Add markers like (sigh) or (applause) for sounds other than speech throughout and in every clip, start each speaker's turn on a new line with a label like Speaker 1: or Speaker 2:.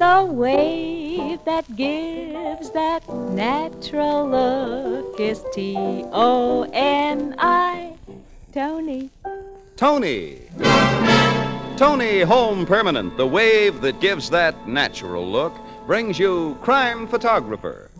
Speaker 1: a wave that gives that natural look is T O N I. Tony.
Speaker 2: Tony. Tony Home Permanent, the wave that gives that natural look, brings you Crime Photographer.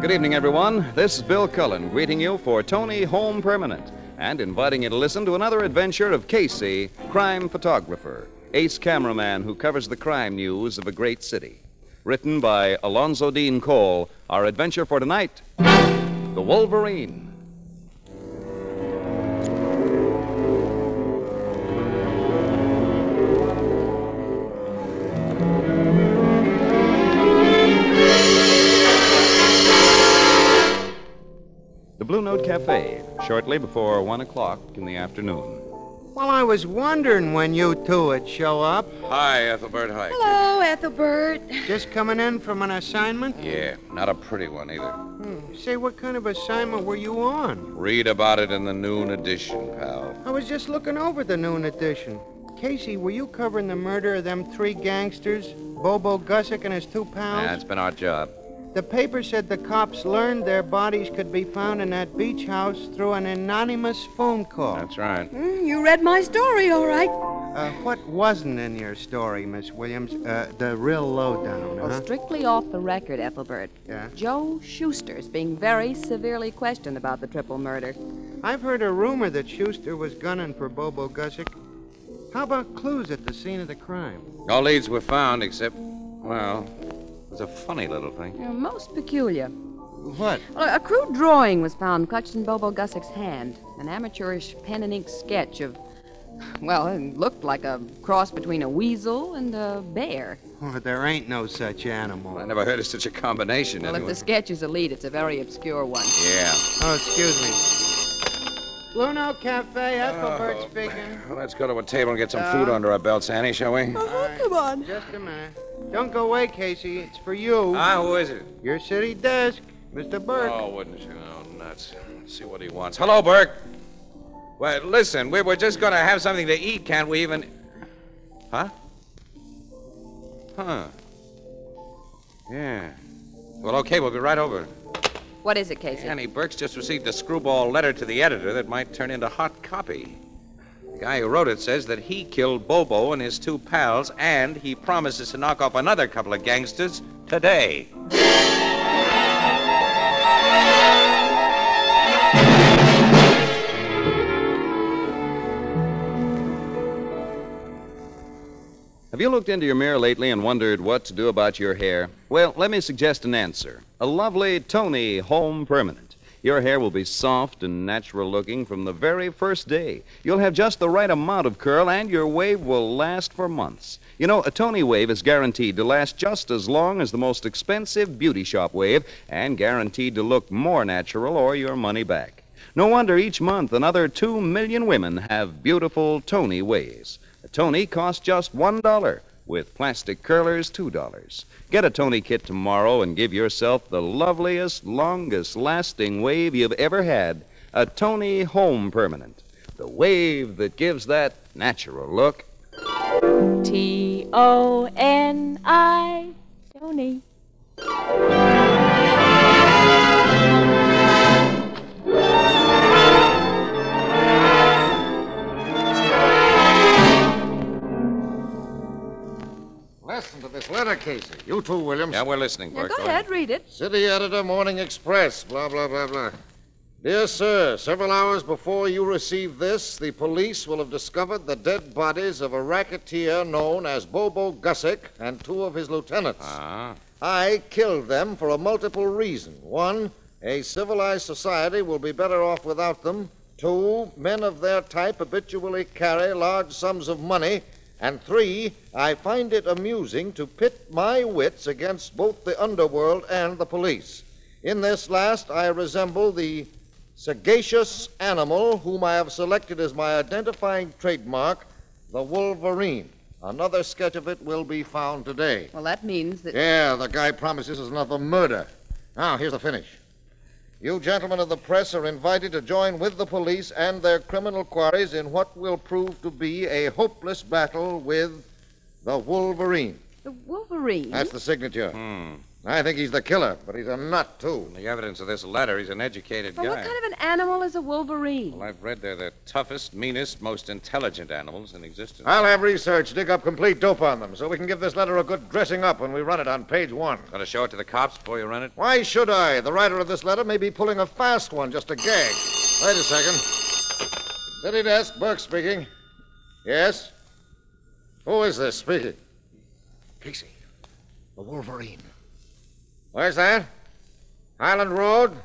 Speaker 2: Good evening, everyone. This is Bill Cullen greeting you for Tony Home Permanent and inviting you to listen to another adventure of Casey, crime photographer, ace cameraman who covers the crime news of a great city. Written by Alonzo Dean Cole, our adventure for tonight The Wolverine. The Blue Note Cafe, shortly before one o'clock in the afternoon.
Speaker 3: Well, I was wondering when you two would show up.
Speaker 4: Hi, Ethelbert Hike.
Speaker 5: Hello, Ethelbert.
Speaker 3: Just coming in from an assignment?
Speaker 4: Yeah, not a pretty one either.
Speaker 3: Say, what kind of assignment were you on?
Speaker 4: Read about it in the noon edition, pal.
Speaker 3: I was just looking over the noon edition. Casey, were you covering the murder of them three gangsters, Bobo Gussick and his two pals?
Speaker 4: That's been our job.
Speaker 3: The paper said the cops learned their bodies could be found in that beach house through an anonymous phone call.
Speaker 4: That's right.
Speaker 5: Mm, you read my story, all right.
Speaker 3: Uh, what wasn't in your story, Miss Williams? Uh, the real lowdown,
Speaker 6: Well,
Speaker 3: huh?
Speaker 6: strictly off the record, Ethelbert.
Speaker 3: Yeah.
Speaker 6: Joe Schuster's being very severely questioned about the triple murder.
Speaker 3: I've heard a rumor that Schuster was gunning for Bobo Gussick. How about clues at the scene of the crime?
Speaker 4: No leads were found except, well, it was a funny little thing.
Speaker 6: Uh, most peculiar.
Speaker 3: What?
Speaker 6: Well, a crude drawing was found clutched in Bobo Gussick's hand. An amateurish pen and ink sketch of, well, it looked like a cross between a weasel and a bear.
Speaker 3: Oh, there ain't no such animal.
Speaker 4: I never heard of such a combination.
Speaker 6: Well, if
Speaker 4: anyway.
Speaker 6: the sketch is a lead, it's a very obscure one.
Speaker 4: Yeah.
Speaker 3: Oh, excuse me. Luno Cafe, Ethelbert
Speaker 4: Oh,
Speaker 3: speaking.
Speaker 4: Well, let's go to a table and get
Speaker 3: Uh.
Speaker 4: some food under our belts, Annie, shall we?
Speaker 5: Come on.
Speaker 3: Just a minute. Don't go away, Casey. It's for you.
Speaker 4: Ah, who is it?
Speaker 3: Your city desk, Mr. Burke.
Speaker 4: Oh, wouldn't you? Oh, nuts. Let's see what he wants. Hello, Burke. Well, listen, we were just going to have something to eat, can't we even. Huh? Huh. Yeah. Well, okay, we'll be right over.
Speaker 6: What is it, Casey?
Speaker 4: Annie Burke's just received a screwball letter to the editor that might turn into hot copy. The guy who wrote it says that he killed Bobo and his two pals, and he promises to knock off another couple of gangsters today.
Speaker 2: Have you looked into your mirror lately and wondered what to do about your hair? Well, let me suggest an answer a lovely Tony Home Permanent. Your hair will be soft and natural looking from the very first day. You'll have just the right amount of curl, and your wave will last for months. You know, a Tony wave is guaranteed to last just as long as the most expensive beauty shop wave, and guaranteed to look more natural or your money back. No wonder each month another two million women have beautiful Tony waves. A Tony costs just $1, with plastic curlers, $2. Get a Tony kit tomorrow and give yourself the loveliest, longest lasting wave you've ever had a Tony Home Permanent. The wave that gives that natural look.
Speaker 1: T O N I. Tony.
Speaker 7: Listen to this letter, Casey. You too, Williams.
Speaker 4: Yeah, we're listening,
Speaker 6: Now,
Speaker 4: Burke.
Speaker 6: go ahead, read it.
Speaker 7: City editor, Morning Express, blah, blah, blah, blah. Dear sir, several hours before you receive this, the police will have discovered the dead bodies of a racketeer known as Bobo Gussick and two of his lieutenants.
Speaker 4: Ah.
Speaker 7: I killed them for a multiple reason. One, a civilized society will be better off without them. Two, men of their type habitually carry large sums of money. And three, I find it amusing to pit my wits against both the underworld and the police. In this last, I resemble the sagacious animal whom I have selected as my identifying trademark, the Wolverine. Another sketch of it will be found today.
Speaker 6: Well, that means that.
Speaker 7: Yeah, the guy promises us another murder. Now, here's the finish. You gentlemen of the press are invited to join with the police and their criminal quarries in what will prove to be a hopeless battle with the Wolverine.
Speaker 6: The Wolverine.
Speaker 7: That's the signature. I think he's the killer, but he's a nut, too.
Speaker 4: Hmm. From the evidence of this letter, he's an educated
Speaker 6: But
Speaker 4: guy.
Speaker 6: what kind of an animal is a Wolverine?
Speaker 4: Well, I've read they're the toughest, meanest, most intelligent animals in existence.
Speaker 7: I'll have research dig up complete dope on them so we can give this letter a good dressing up when we run it on page one.
Speaker 4: Gonna show it to the cops before you run it?
Speaker 7: Why should I? The writer of this letter may be pulling a fast one just to gag. Wait a second. City desk, Burke speaking. Yes? Who is this speaking?
Speaker 8: Casey, the Wolverine.
Speaker 7: Where's that? Highland Road?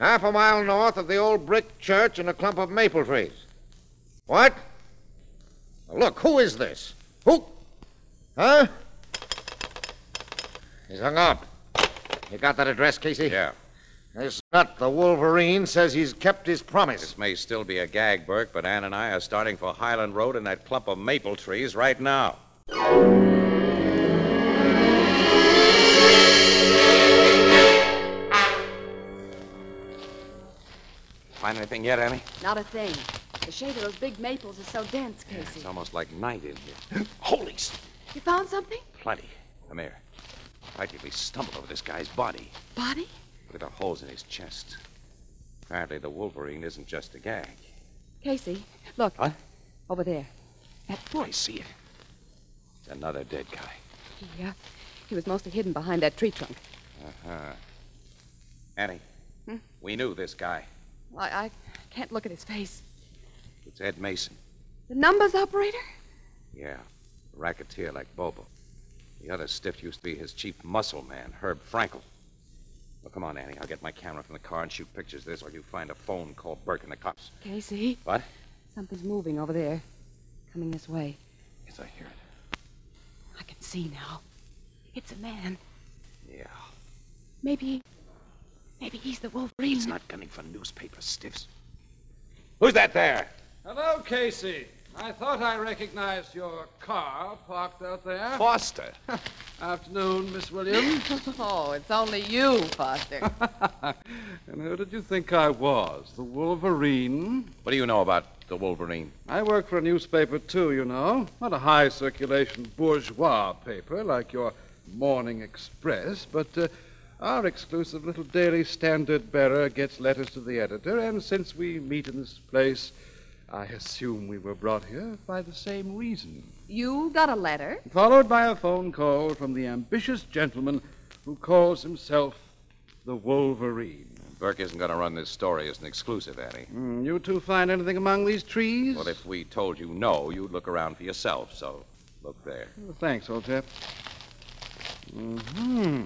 Speaker 7: Half a mile north of the old brick church and a clump of maple trees. What? Look, who is this? Who? Huh? He's hung up. You got that address, Casey?
Speaker 4: Yeah.
Speaker 7: This nut, the Wolverine, says he's kept his promise.
Speaker 4: This may still be a gag, Burke, but Ann and I are starting for Highland Road and that clump of maple trees right now. Find anything yet, Annie?
Speaker 6: Not a thing. The shade of those big maples is so dense, Casey.
Speaker 4: It's almost like night in here. (gasps)
Speaker 8: Holies!
Speaker 6: You found something?
Speaker 4: Plenty. Come here. Practically stumbled over this guy's body.
Speaker 6: Body?
Speaker 4: Look at the holes in his chest. Apparently, the Wolverine isn't just a gag.
Speaker 6: Casey, look.
Speaker 4: Huh?
Speaker 6: Over there.
Speaker 4: Oh, I see it. It's another dead guy.
Speaker 6: He, uh, he was mostly hidden behind that tree trunk.
Speaker 4: Uh-huh. Annie, we knew this guy.
Speaker 6: I, I can't look at his face.
Speaker 4: It's Ed Mason.
Speaker 6: The numbers operator?
Speaker 4: Yeah, a racketeer like Bobo. The other stiff used to be his chief muscle man, Herb Frankel. Well, come on, Annie. I'll get my camera from the car and shoot pictures of this while you find a phone call Burke and the cops.
Speaker 6: Casey.
Speaker 4: What?
Speaker 6: Something's moving over there. Coming this way.
Speaker 4: Yes, I hear it.
Speaker 6: I can see now. It's a man.
Speaker 4: Yeah.
Speaker 6: Maybe. Maybe he's the Wolverine.
Speaker 8: He's not gunning for newspaper stiffs.
Speaker 4: Who's that there?
Speaker 9: Hello, Casey. I thought I recognized your car parked out there.
Speaker 4: Foster.
Speaker 9: Afternoon, Miss Williams.
Speaker 6: (laughs) Oh, it's only you, Foster.
Speaker 9: and who did you think I was? The Wolverine?
Speaker 4: What do you know about the Wolverine?
Speaker 9: I work for a newspaper, too, you know. Not a high circulation bourgeois paper like your Morning Express, but uh, our exclusive little daily standard bearer gets letters to the editor, and since we meet in this place, I assume we were brought here by the same reason.
Speaker 6: you got a letter?
Speaker 9: followed by a phone call from the ambitious gentleman who calls himself the Wolverine.
Speaker 4: Burke isn't going to run this story as an exclusive, Annie.
Speaker 9: Hmm, you two find anything among these trees?
Speaker 4: Well, if we told you no, you'd look around for yourself, so look there.
Speaker 9: Oh, Thanks, old chap. hmm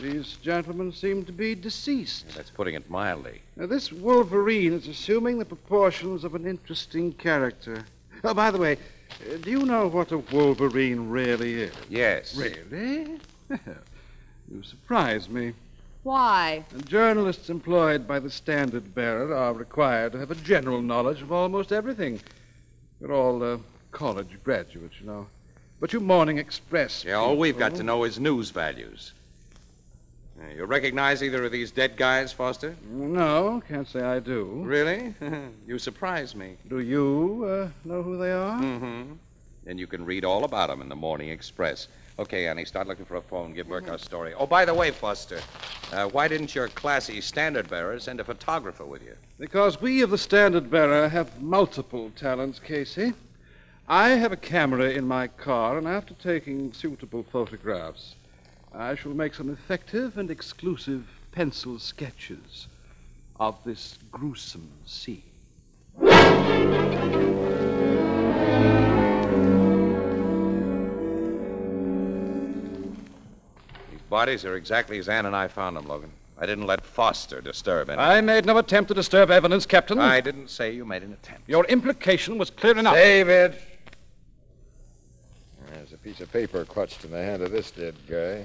Speaker 9: These gentlemen seem to be deceased.
Speaker 4: That's putting it mildly.
Speaker 9: Now, this Wolverine is assuming the proportions of an interesting character. Oh, by the way, uh, do you know what a Wolverine really is?
Speaker 4: Yes.
Speaker 9: Really? (laughs) you surprise me.
Speaker 6: Why?
Speaker 9: And Journalists employed by the standard bearer are required to have a general knowledge of almost everything. You're all uh, college graduates, you know. But you Morning Express.
Speaker 4: Yeah, all we've got
Speaker 9: people-
Speaker 4: to know is news values. Uh, you recognize either of these dead guys, Foster?
Speaker 9: No, can't say I do.
Speaker 4: Really? (laughs) you surprise me.
Speaker 9: Do you uh, know who they are?
Speaker 4: Mm-hmm. And you can read all about them in the Morning Express. Okay, Annie, start looking for a phone. Give Burke our story. Oh, by the way, Foster, uh, why didn't your classy standard bearer send a photographer with you?
Speaker 9: Because we of the standard bearer have multiple talents, Casey. I have a camera in my car, and after taking suitable photographs, I shall make some effective and exclusive pencil sketches of this gruesome scene.
Speaker 4: These bodies are exactly as Ann and I found them, Logan. I didn't let Foster disturb any.
Speaker 9: I made no attempt to disturb evidence, Captain.
Speaker 4: I didn't say you made an attempt.
Speaker 9: Your implication was clear enough.
Speaker 8: Save it! There's a piece of paper clutched in the hand of this dead guy.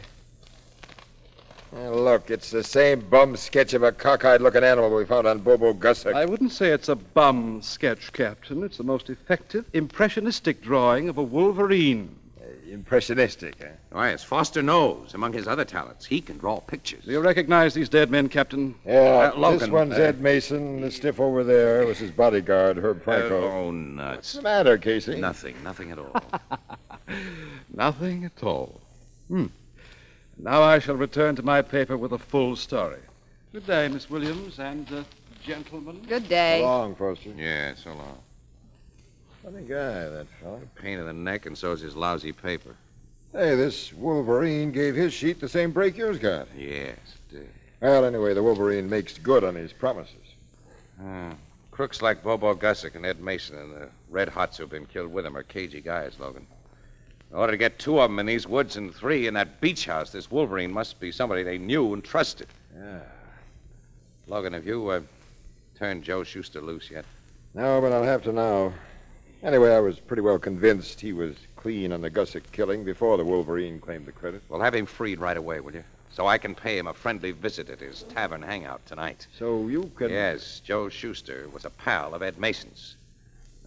Speaker 8: Now, look, it's the same bum sketch of a cockeyed looking animal we found on Bobo Gussick.
Speaker 9: I wouldn't say it's a bum sketch, Captain. It's the most effective, impressionistic drawing of a wolverine.
Speaker 8: Uh, Impressionistic, eh? huh?
Speaker 4: Why, it's Foster knows. Among his other talents, he can draw pictures.
Speaker 9: Do you recognize these dead men, Captain?
Speaker 8: Yeah,
Speaker 4: Uh, Logan,
Speaker 8: this one's
Speaker 4: uh,
Speaker 8: Ed Mason. The stiff over there was his bodyguard, Herb
Speaker 4: Uh,
Speaker 8: Franco.
Speaker 4: oh,
Speaker 8: What's
Speaker 4: nuts.
Speaker 8: the matter, Casey?
Speaker 4: Nothing, nothing
Speaker 8: (laughs)
Speaker 4: at all.
Speaker 9: Nothing at all. Hmm. Now I shall return to my paper with a full story. Good day, Miss Williams and uh, gentlemen.
Speaker 6: Good
Speaker 8: So
Speaker 6: day.
Speaker 8: long, Foster.
Speaker 4: yeah, so long.
Speaker 8: Funny guy, that fella.
Speaker 4: Ah, Pain in the neck, and so's his lousy paper.
Speaker 8: Hey, this Wolverine gave his sheet the same break yours got.
Speaker 4: Yes, dear.
Speaker 8: Well, anyway, the Wolverine makes good on his promises.
Speaker 4: Ah, crooks like Bobo Gussick and Ed Mason and the Red Hots who've been killed with him are cagey guys, Logan. In order to get two of them in these woods and three in that beach house, this Wolverine must be somebody they knew and trusted.
Speaker 8: Yeah.
Speaker 4: Logan, have you uh, turned Joe Schuster loose yet?
Speaker 8: No, but I'll have to now. Anyway, I was pretty well convinced he was clean on the Gussick killing before the Wolverine claimed the credit.
Speaker 4: Well, have him freed right away, will you? So I can pay him a friendly visit at his tavern hangout tonight.
Speaker 8: So you can.
Speaker 4: Yes, Joe Schuster was a pal of Ed Mason's.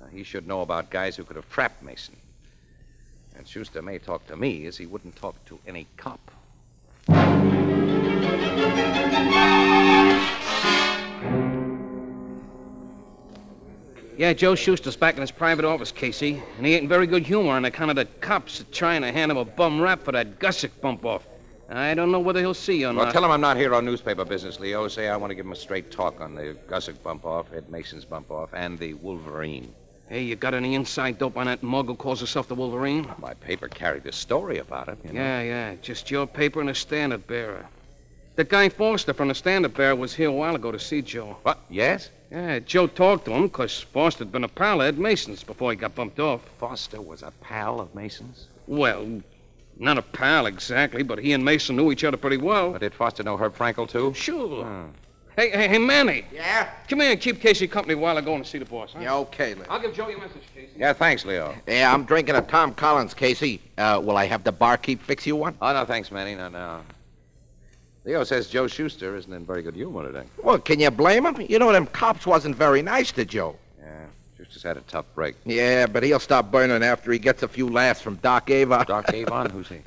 Speaker 4: Now, he should know about guys who could have trapped Mason. And Schuster may talk to me as he wouldn't talk to any cop.
Speaker 10: Yeah, Joe Schuster's back in his private office, Casey, and he ain't in very good humor on account of the cops trying to hand him a bum rap for that Gussick bump off. I don't know whether he'll see you or
Speaker 4: Well,
Speaker 10: not.
Speaker 4: tell him I'm not here on newspaper business, Leo. Say I want to give him a straight talk on the Gussick bump off, Ed Mason's bump off, and the Wolverine.
Speaker 10: Hey, you got any inside dope on that mug who calls herself the Wolverine?
Speaker 4: My paper carried the story about him. You know?
Speaker 10: Yeah, yeah, just your paper and a standard bearer. The guy Forster from the standard bearer was here a while ago to see Joe.
Speaker 4: What? Yes?
Speaker 10: Yeah, Joe talked to him because Forster'd been a pal of Ed Mason's before he got bumped off.
Speaker 4: Foster was a pal of Mason's.
Speaker 10: Well, not a pal exactly, but he and Mason knew each other pretty well.
Speaker 4: But did Foster know Herb Frankel, too? Hmm.
Speaker 10: Sure. Hey, hey, hey, Manny.
Speaker 4: Yeah?
Speaker 10: Come here and keep Casey company while I go and see the boss. Huh?
Speaker 11: okay, Leo.
Speaker 10: I'll give Joe your message, Casey.
Speaker 4: Yeah, thanks, Leo.
Speaker 11: Yeah, I'm drinking a Tom Collins, Casey. Uh, will I have the barkeep fix you one?
Speaker 4: Oh, no, thanks, Manny. No, no. Leo says Joe Schuster isn't in very good humor today.
Speaker 11: Well, can you blame him? You know, them cops wasn't very nice to Joe.
Speaker 4: Yeah, Schuster's had a tough break.
Speaker 11: Yeah, but he'll stop burning after he gets a few laughs from Doc Avon.
Speaker 4: Doc Avon, who's
Speaker 11: (laughs)
Speaker 4: he?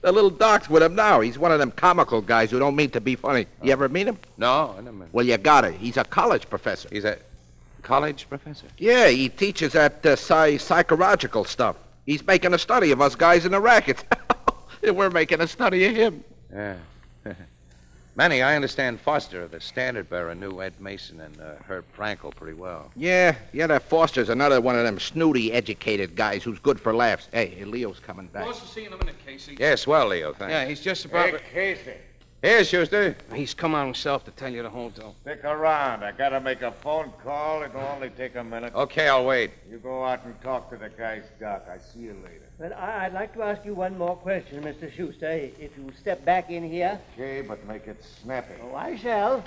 Speaker 11: The little doc's with him now. He's one of them comical guys who don't mean to be funny. You ever meet him?
Speaker 4: No, I never met.
Speaker 11: Well, you gotta. He's a college professor.
Speaker 4: He's a college professor.
Speaker 11: Yeah, he teaches that uh, psy- psychological stuff. He's making a study of us guys in the rackets. (laughs) and we're making a study of him.
Speaker 4: Yeah. (laughs) Manny, I understand Foster, the standard bearer, knew Ed Mason and uh, Herb Frankel pretty well.
Speaker 11: Yeah, yeah, that Foster's another one of them snooty, educated guys who's good for laughs. Hey, Leo's coming back.
Speaker 10: Boss will see you in a minute, Casey.
Speaker 4: Yes, well, Leo, thanks.
Speaker 10: Yeah, he's just about.
Speaker 8: Casey,
Speaker 4: Here, Schuster.
Speaker 10: He's come out himself to tell you the whole deal.
Speaker 8: stick around. I gotta make a phone call. It'll only take a minute.
Speaker 4: Okay, I'll wait.
Speaker 8: You go out and talk to the guy's doc. I see you later.
Speaker 12: Well, I- I'd like to ask you one more question, Mr. Schuster, if you step back in here.
Speaker 8: Okay, but make it snappy.
Speaker 12: Oh, I shall.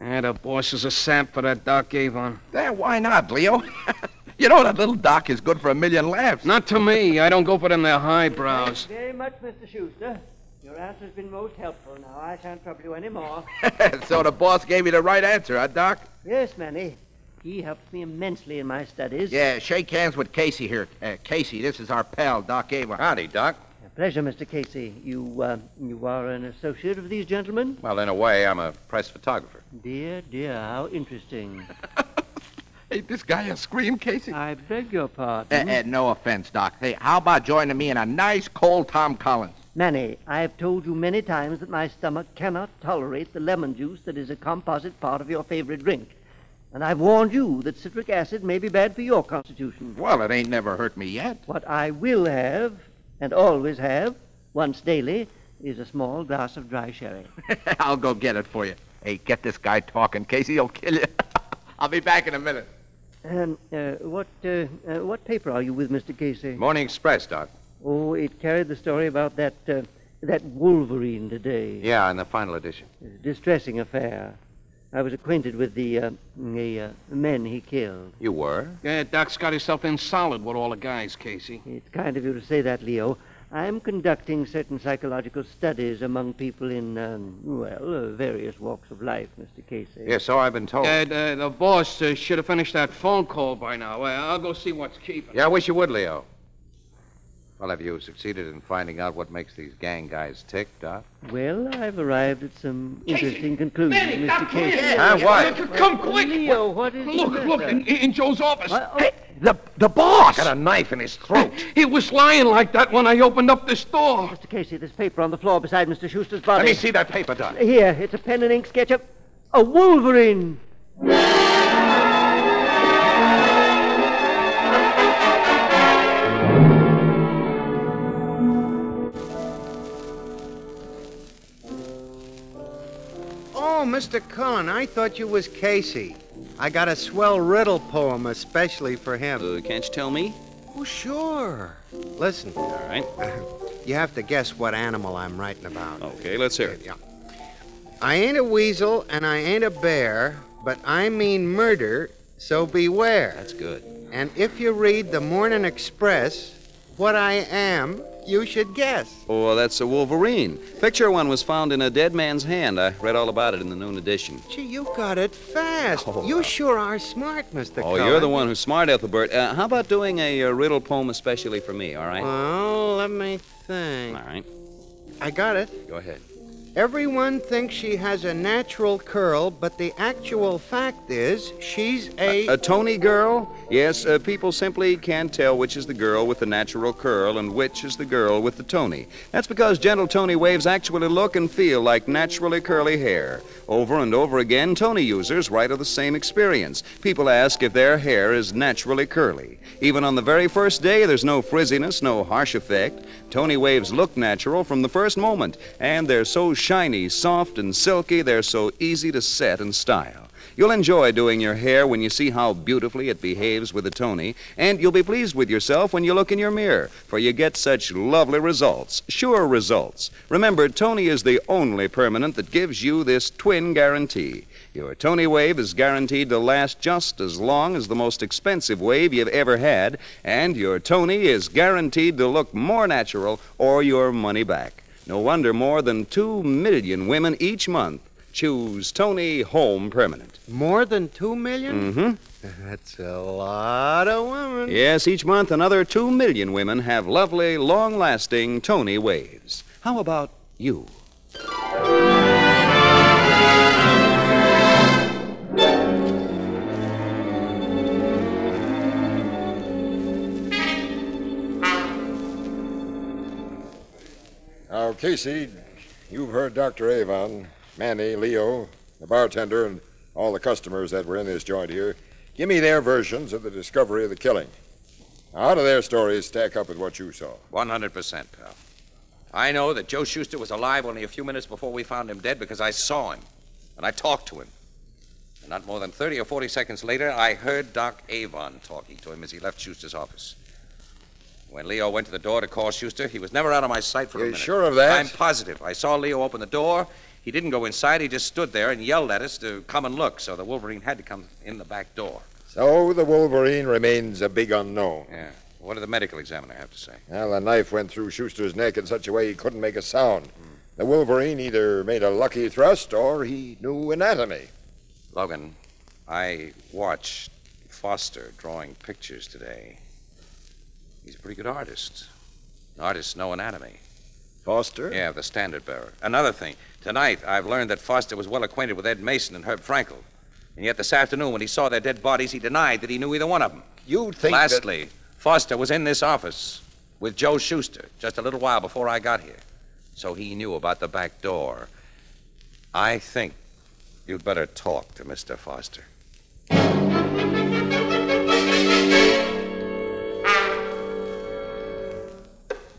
Speaker 10: Yeah, Ah, the boss is a sap for that Doc Avon.
Speaker 11: Yeah, Eh, why not, Leo? (laughs) you know that little doc is good for a million laughs.
Speaker 10: Not to me. I don't go for them there highbrows.
Speaker 12: Thanks very much, Mr. Schuster. Your answer's been most helpful. Now, I shan't trouble you any more.
Speaker 11: so the boss gave you the right answer, huh, Doc?
Speaker 12: yes, Manny. He helps me immensely in my studies.
Speaker 11: Yeah, shake hands with Casey here. Uh, Casey, this is our pal, Doc Avon.
Speaker 4: Howdy, Doc.
Speaker 12: A pleasure, Mr. Casey. You, uh, you are an associate of these gentlemen?
Speaker 4: Well, in a way, I'm a press photographer.
Speaker 12: Dear, dear, how interesting.
Speaker 11: Hey, this guy a scream, Casey?
Speaker 12: I beg your
Speaker 11: Uh,
Speaker 12: pardon.
Speaker 11: uh, no offense, Doc. Hey, how about joining me in a nice cold Tom Collins?
Speaker 12: Manny, I have told you many times that my stomach cannot tolerate the lemon juice that is a composite part of your favorite drink. And I've warned you that citric acid may be bad for your constitution.
Speaker 11: Well, it ain't never hurt me yet.
Speaker 12: What I will have, and always have, once daily, is a small glass of dry
Speaker 11: (laughs)
Speaker 12: sherry.
Speaker 11: (laughs) I'll go get it for you. Hey, get this guy talking, Casey. He'll kill you. (laughs) I'll be back in a minute.
Speaker 12: Um, uh, what, uh, uh, what paper are you with, Mr. Casey?
Speaker 4: Morning Express, Doc.
Speaker 12: Oh, it carried the story about that, uh, that Wolverine today.
Speaker 4: Yeah, in the final edition.
Speaker 12: Distressing affair. I was acquainted with the, uh, the uh, men he killed.
Speaker 4: You were?
Speaker 10: Yeah, Doc's got himself in solid with all the guys, Casey.
Speaker 12: It's kind of you to say that, Leo. I'm conducting certain psychological studies among people in, um, well, uh, various walks of life, Mr. Casey.
Speaker 4: Yeah, so I've been told.
Speaker 10: Yeah, the, the boss uh, should have finished that phone call by now. Uh, I'll go see what's keeping.
Speaker 4: Yeah, I wish you would, Leo. Well, have you succeeded in finding out what makes these gang guys tick, Doc?
Speaker 12: Well, I've arrived at some interesting conclusions,
Speaker 13: Manny,
Speaker 12: Mr.
Speaker 13: Doc, come
Speaker 12: Casey.
Speaker 13: here. Huh, what?
Speaker 12: Well,
Speaker 13: Come quick.
Speaker 12: Leo, what is oh.
Speaker 13: Look,
Speaker 12: the
Speaker 13: look,
Speaker 12: matter?
Speaker 13: in, in Joe's office.
Speaker 11: The, the boss!
Speaker 13: Got a knife in his
Speaker 10: (laughs)
Speaker 13: throat. he was lying like that when I opened up this door.
Speaker 12: Mr. Casey, there's paper on the floor beside Mr. Schuster's body.
Speaker 13: Let me see that paper, Doc.
Speaker 12: Here, it's a pen and ink sketch of a wolverine.
Speaker 3: Oh, Mr. Cullen, I thought you was Casey. I got a swell riddle poem especially for him.
Speaker 2: Uh, can't you tell me?
Speaker 3: Oh, sure. Listen. All
Speaker 2: right.
Speaker 3: (laughs) You have to guess what animal I'm writing about.
Speaker 2: Okay, let's hear it.
Speaker 3: Yeah. I ain't a weasel and I ain't a bear, but I mean murder, so beware. That's
Speaker 2: good.
Speaker 3: And if you read the Morning Express, what I am, you should guess.
Speaker 2: Oh, that's a wolverine. Picture one was found in a dead man's hand. I read all about it in the noon edition.
Speaker 3: Gee, you got it fast. you sure are smart, Mr.
Speaker 2: oh,
Speaker 3: Cullen.
Speaker 2: you're the one who's smart, Ethelbert. Uh, how about doing a, uh riddle poem especially for me, all right?
Speaker 3: Well, let me think.
Speaker 2: All right.
Speaker 3: I got it.
Speaker 2: Go ahead.
Speaker 3: Everyone thinks she has a natural curl, but the actual fact is she's a.
Speaker 2: A Tony girl? Yes, uh, people simply can't tell which is the girl with the natural curl and which is the girl with the Tony. That's because gentle Tony waves actually look and feel like naturally curly hair. Over and over again, Tony users write of the same experience. People ask if their hair is naturally curly. Even on the very first day, there's no frizziness, no harsh effect. Tony waves look natural from the first moment, and they're so shiny, soft, and silky, they're so easy to set and style. You'll enjoy doing your hair when you see how beautifully it behaves with a Tony, and you'll be pleased with yourself when you look in your mirror, for you get such lovely results, sure results. Remember, Tony is the only permanent that gives you this twin guarantee. Your Tony wave is guaranteed to last just as long as the most expensive wave you've ever had, and your Tony is guaranteed to look more natural or your money back. No wonder more than two million women each month choose Tony Home Permanent.
Speaker 3: More than two million?
Speaker 2: Mm-hmm.
Speaker 3: That's a lot of women.
Speaker 2: Yes, each month another two million women have lovely, long lasting Tony waves. How about you?
Speaker 8: Now, Casey, you've heard Dr. Avon, Manny, Leo, the bartender, and all the customers that were in this joint here. Give me their versions of the discovery of the killing. Now, how do their stories stack up with what you saw?
Speaker 4: 100%, pal. I know that Joe Schuster was alive only a few minutes before we found him dead because I saw him and I talked to him. And not more than 30 or 40 seconds later, I heard Doc Avon talking to him as he left Schuster's office. When Leo went to the door to call Schuster, he was never out of my sight for a
Speaker 8: You're
Speaker 4: minute.
Speaker 8: sure of that?
Speaker 4: I'm positive. I saw Leo open the door. He didn't go inside. He just stood there and yelled at us to come and look, so the Wolverine had to come in the back door.
Speaker 8: So the Wolverine remains a big unknown.
Speaker 4: Yeah. What did the medical examiner have to say?
Speaker 8: Well, the knife went through Schuster's neck in such a way he couldn't make a sound. The Wolverine either made a lucky thrust or he knew anatomy.
Speaker 4: Logan, I watched Foster drawing pictures today. He's a pretty good artist. Artists know anatomy.
Speaker 8: Foster?
Speaker 4: Yeah, the standard bearer. Another thing, tonight I've learned that Foster was well acquainted with Ed Mason and Herb Frankel. And yet this afternoon, when he saw their dead bodies, he denied that he knew either one of them.
Speaker 8: You think. that-
Speaker 4: Lastly, Foster was in this office with Joe Schuster just a little while before I got here. So he knew about the back door. I think you'd better talk to Mr. Foster.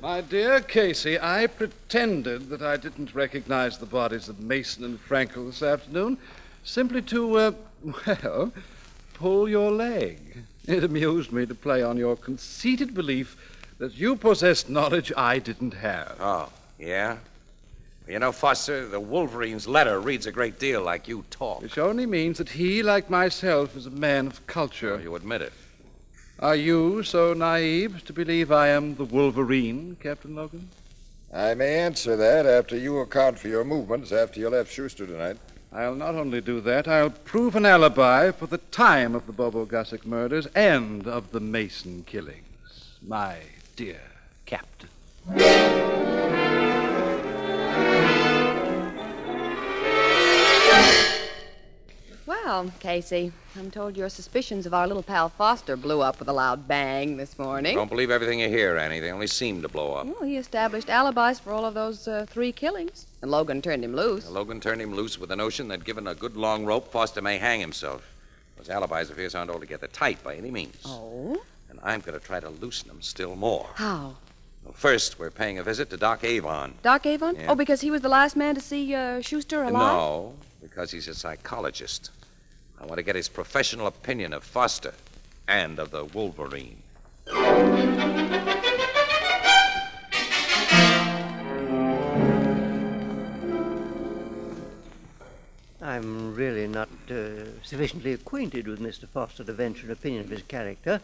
Speaker 9: My dear Casey, I pretended that I didn't recognize the bodies of Mason and Frankel this afternoon simply to, uh, (laughs) well, pull your leg. It amused me to play on your conceited belief that you possessed knowledge I didn't have.
Speaker 4: Oh, yeah? You know, Foster, the Wolverine's letter reads a great deal like you talk.
Speaker 9: Which only means that he, like myself, is a man of culture.
Speaker 4: Oh, You admit it.
Speaker 9: Are you so naive as to believe I am the Wolverine, Captain Logan?
Speaker 8: I may answer that after you account for your movements after you left Schuster tonight.
Speaker 9: I'll not only do that, I'll prove an alibi for the time of the Bobo Gussick murders and of the Mason killings, my dear
Speaker 10: captain.
Speaker 6: Well, Casey, I'm told your suspicions of our little pal Foster blew up with a loud bang this morning. Mm.
Speaker 4: Don't believe everything you hear, Annie. They only seem to blow up.
Speaker 6: Well, he established alibis for all of those uh, three killings, and Logan turned him loose.
Speaker 4: Logan turned him loose with the notion that given a good long rope, Foster may hang himself. Those alibis of his aren't altogether tight by any means.
Speaker 6: Oh?
Speaker 4: And I'm going to try to loosen them still more.
Speaker 6: How?
Speaker 4: Well, first, we're paying a visit to Doc Avon.
Speaker 6: Doc Avon?
Speaker 4: Yeah.
Speaker 6: Oh, because he was the last man to see uh, Schuster alive?
Speaker 4: No, because he's a psychologist. I want to get his professional opinion of Foster and of the Wolverine.
Speaker 12: I'm really not uh, sufficiently acquainted with Mr. Foster to venture an opinion of his character.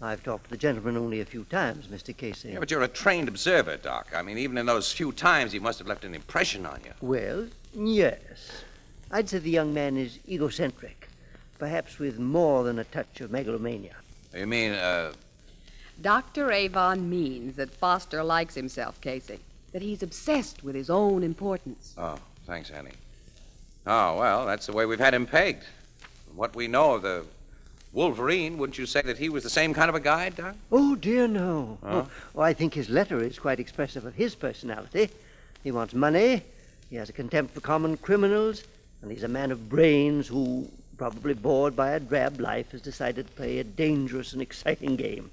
Speaker 12: I've talked to the gentleman only a few times, Mr. Casey.
Speaker 4: Yeah, but you're a trained observer, Doc. I mean, even in those few times, he must have left an impression on you.
Speaker 12: Well, yes. I'd say the young man is egocentric, perhaps with more than a touch of megalomania.
Speaker 4: You mean, uh,
Speaker 6: Dr. Avon means that Foster likes himself, Casey. That he's obsessed with his own importance.
Speaker 4: Oh, thanks, Annie. Oh, well, that's the way we've had him pegged. From what we know of the Wolverine, wouldn't you say that he was the same kind of a guy, Doc?
Speaker 12: Oh, dear, no.
Speaker 4: Huh?
Speaker 12: Oh, oh, I think his letter is quite expressive of his personality. He wants money, he has a contempt for common criminals, and he's a man of brains who, probably bored by a drab life, has decided to play a dangerous and exciting game.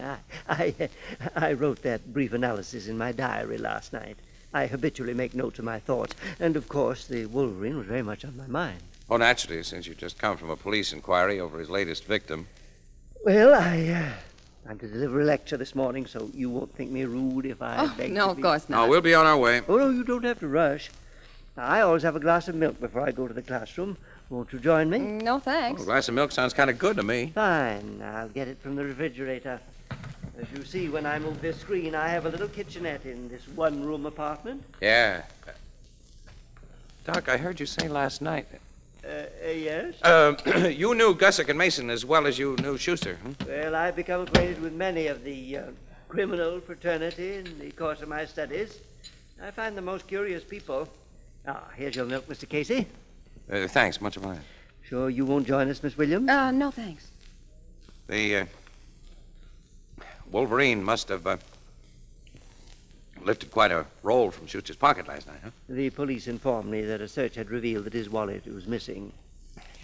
Speaker 12: I, I, I wrote that brief analysis in my diary last night. I habitually make notes of my thoughts, and of course, the Wolverine was very much on my mind.
Speaker 4: Oh, naturally, since you've just come from a police inquiry over his latest victim.
Speaker 12: Well, I, uh, I'm to deliver a lecture this morning, so you won't think me rude if I
Speaker 6: Oh,
Speaker 12: beg
Speaker 6: no,
Speaker 12: to
Speaker 6: of
Speaker 12: be-
Speaker 6: course
Speaker 4: No, we'll be on our way.
Speaker 12: Oh, no, you don't have to rush. I always have a glass of milk before I go to the classroom. Won't you join me?
Speaker 6: No, thanks.
Speaker 4: Oh, A glass of milk sounds kind of good to me.
Speaker 12: Fine. I'll get it from the refrigerator. As you see, when I move this screen, I have a little kitchenette in this one room apartment.
Speaker 4: Yeah. Doc, I heard you say last night.
Speaker 12: Uh, uh, yes?
Speaker 4: Um, (clears throat) you knew Gussick and Mason as well as you knew Schuster. Hmm?
Speaker 12: Well, I've become acquainted with many of the uh, criminal fraternity in the course of my studies. I find the most curious people. Ah, here's your milk, Mr. Casey.
Speaker 4: Uh, thanks, much obliged.
Speaker 12: Sure you won't join us, Miss Williams?
Speaker 6: Uh, no, thanks.
Speaker 4: The uh, Wolverine must have uh, lifted quite a roll from Schuster's pocket last night, huh?
Speaker 12: The police informed me that a search had revealed that his wallet was missing.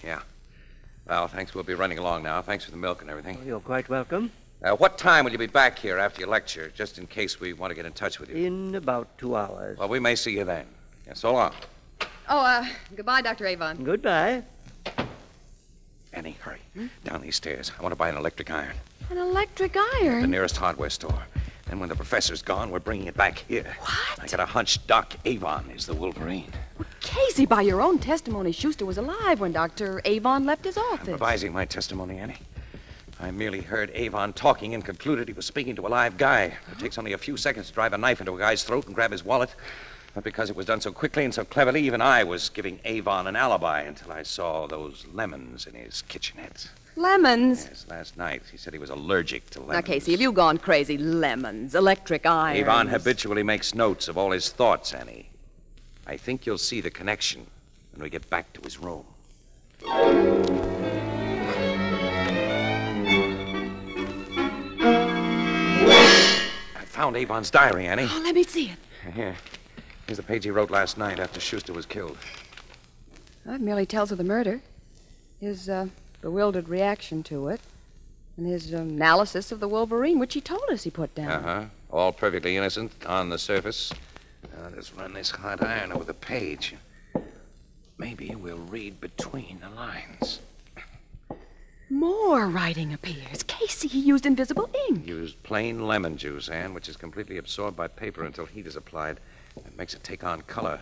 Speaker 4: Yeah. Well, thanks. We'll be running along now. Thanks for the milk and everything.
Speaker 12: Oh, You're quite welcome.
Speaker 4: Uh, what time will you be back here after your lecture, just in case we want to get in touch with you?
Speaker 12: In about two hours.
Speaker 4: Well, we may see you then. Yeah, so long.
Speaker 6: Oh, uh, goodbye, Dr. Avon.
Speaker 12: Goodbye.
Speaker 4: Annie, hurry.
Speaker 12: Hmm?
Speaker 4: Down these stairs. I want to buy an electric iron.
Speaker 5: An electric
Speaker 4: The
Speaker 5: iron?
Speaker 4: nearest hardware store. And when the professor's gone, we're bringing it back here. What? I got a hunch Doc Avon is the Wolverine.
Speaker 6: Casey, by your own testimony, Schuster was alive when Dr. Avon left his
Speaker 4: I'm
Speaker 6: office.
Speaker 4: revising my testimony, Annie. I merely heard Avon talking and concluded he was speaking to a live guy. It takes only a few seconds to drive a knife into a guy's throat and grab his wallet. But because it was done so quickly and so cleverly, even I was giving Avon an alibi until I saw those lemons in his kitchenette.
Speaker 6: Lemons.
Speaker 4: Yes, last night he said he was allergic to
Speaker 6: Now,
Speaker 4: lemons.
Speaker 6: Casey, have you gone crazy? Lemons, electric iron.
Speaker 4: Avon habitually makes notes of all his thoughts, Annie. I think you'll see the connection when we get back to his room. I found Avon's diary, Annie.
Speaker 5: Oh, let me see it.
Speaker 4: Here. Here's the page he wrote last night after Schuster was killed.
Speaker 6: That merely tells of the murder, his uh, bewildered reaction to it, and his um, analysis of the Wolverine, which he told us he put down.
Speaker 4: Uh huh. All perfectly innocent on the surface. Now, let's run this hot iron over the page. Maybe we'll read between the lines.
Speaker 6: More writing appears. Casey, he used invisible ink.
Speaker 4: Used plain lemon juice, Anne, which is completely absorbed by paper until heat is applied. That makes it take on color.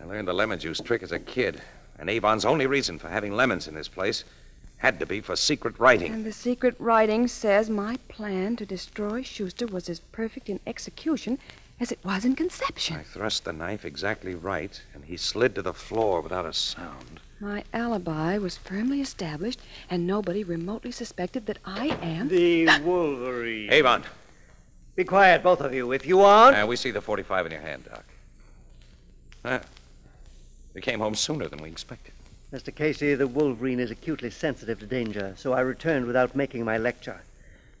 Speaker 4: I learned the lemon juice trick as a kid, and Avon's only reason for having lemons in this place had to be for secret writing.
Speaker 6: And the secret writing says my plan to destroy Schuster was as perfect in execution as it was in conception.
Speaker 4: I thrust the knife exactly right, and he slid to the floor without a sound.
Speaker 6: My alibi was firmly established, and nobody remotely suspected that I am.
Speaker 12: The Wolverine.
Speaker 4: Avon,
Speaker 12: Be quiet, both of you, if you aren't.
Speaker 4: Uh, we see the 45 in your hand, Doc. Huh. You came home sooner than we expected.
Speaker 12: Mr. Casey, the wolverine is acutely sensitive to danger, so I returned without making my lecture.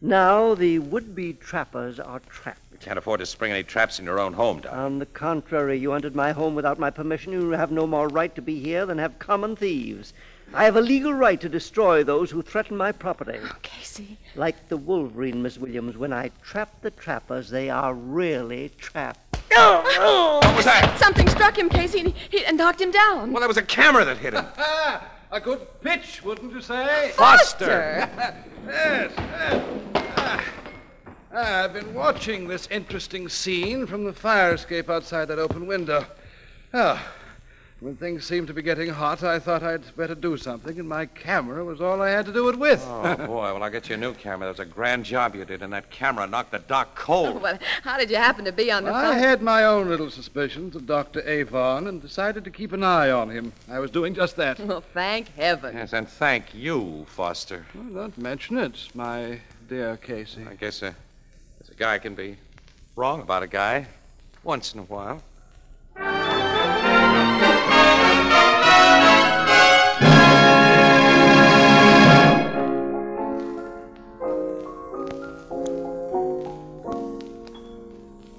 Speaker 12: Now the would be trappers are trapped.
Speaker 4: You can't afford to spring any traps in your own home, Doc.
Speaker 12: On the contrary, you entered my home without my permission. You have no more right to be here than have common thieves. I have a legal right to destroy those who threaten my property.
Speaker 1: Casey.
Speaker 12: Like the wolverine, Miss Williams, when I trap the trappers, they are really
Speaker 4: (laughs)
Speaker 12: trapped.
Speaker 4: What was that?
Speaker 5: Something struck him, Casey, and, he, and knocked him down.
Speaker 4: Well, that was a camera that hit him.
Speaker 9: (laughs) A good pitch, wouldn't you say?
Speaker 4: Foster.
Speaker 9: yes, yes. Ah. Ah, I've been watching this interesting scene from the fire escape outside that open window. Ah, when things seemed to be getting hot, I thought I'd better do something, and my camera was all I had to do it with.
Speaker 4: Oh, boy. Well, I'll get you a new camera. That was a grand job you did, and that camera knocked the doc
Speaker 6: (laughs)
Speaker 4: cold.
Speaker 6: Well, how did you happen to be on the
Speaker 9: I
Speaker 6: phone?
Speaker 9: had my own little suspicions of Dr. Avon and decided to keep an eye on him. I was doing just that.
Speaker 6: Well, thank heaven.
Speaker 4: Yes, and thank you, Foster.
Speaker 9: Well, don't mention it, my dear Casey.
Speaker 4: I guess uh, as a guy can be wrong about a guy once in a while.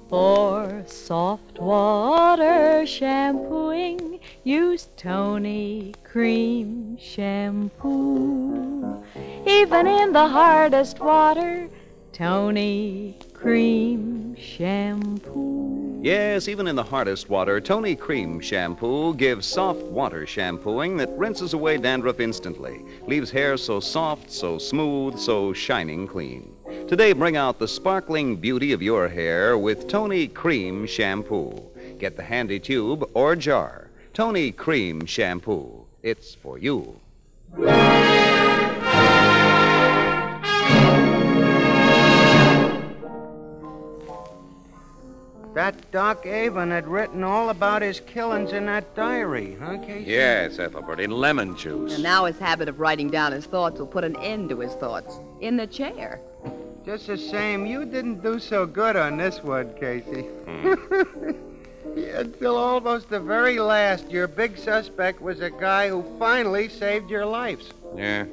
Speaker 1: For soft water shampooing, use Tony Cream Shampoo. Even in the hardest water, Tony Cream Shampoo.
Speaker 2: Yes, even in the hardest water, Tony Cream Shampoo gives soft water shampooing that rinses away dandruff instantly, leaves hair so soft, so smooth, so shining clean. Today, bring out the sparkling beauty of your hair with Tony Cream Shampoo. Get the handy tube or jar. Tony Cream Shampoo. It's for you.
Speaker 3: That Doc Avon had written all about his killings in that diary, huh, Casey?
Speaker 4: Yes, Ethelbert, in lemon juice.
Speaker 6: And now his habit of writing down his thoughts will put an end to his thoughts. In the chair. (laughs)
Speaker 3: Just the same, you didn't do so good on this one, Casey. (laughs) Until almost the very last, your big suspect was a guy who finally saved your lives.
Speaker 4: Yeah.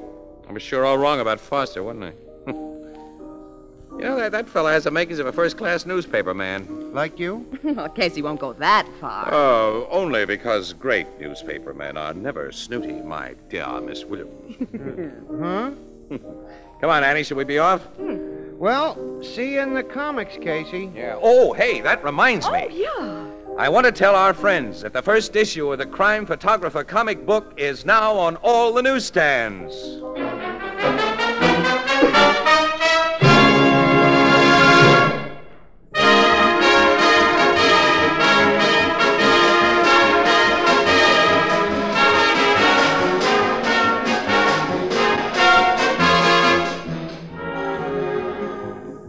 Speaker 4: I was sure all wrong about Foster, wasn't I? (laughs) you know, that, that fella has the makings of a first class newspaper man.
Speaker 3: Like you?
Speaker 6: well, Casey won't go that far.
Speaker 4: Oh, only because great newspaper men are never snooty, my dear Miss Williams.
Speaker 3: Huh?
Speaker 4: (laughs) Come on, Annie, should we be off?
Speaker 3: Hmm. Well, see you in the comics, Casey.
Speaker 4: Yeah. Oh, hey, that reminds me.
Speaker 1: Oh,
Speaker 6: Yeah.
Speaker 4: I want to tell our friends that the first issue of the Crime Photographer comic book is now on all the newsstands.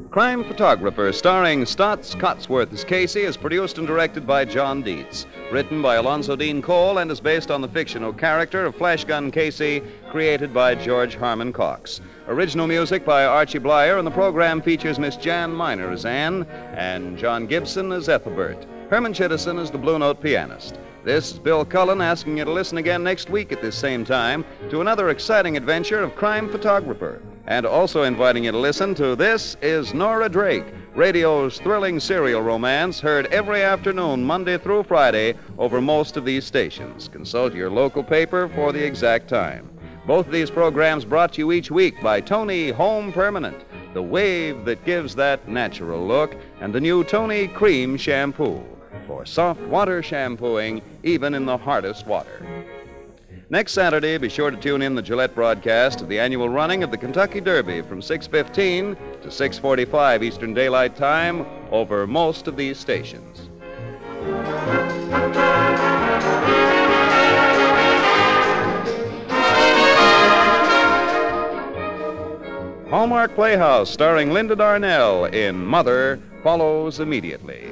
Speaker 2: Crime Photographer, starring Stotts Cotsworth as Casey, is produced and directed by John Dietz. Written by Alonzo Dean Cole and is based on the fictional character of Flash Gun Casey, created by George Harmon Cox. Original music by Archie Blyer, and the program features Miss Jan Miner as Anne and John Gibson as Ethelbert. Herman Chittison is the Blue Note pianist. This is Bill Cullen asking you to listen again next week at this same time to another exciting adventure of Crime Photographer. And also inviting you to listen to This is Nora Drake, radio's thrilling serial romance heard every afternoon, Monday through Friday, over most of these stations. Consult your local paper for the exact time. Both of these programs brought to you each week by Tony Home Permanent, the wave that gives that natural look, and the new Tony Cream Shampoo for soft water shampooing, even in the hardest water. Next Saturday, be sure to tune in the Gillette broadcast of the annual running of the Kentucky Derby from 6:15 to 6:45 Eastern Daylight Time over most of these stations. Hallmark Playhouse, starring Linda Darnell in Mother, follows immediately.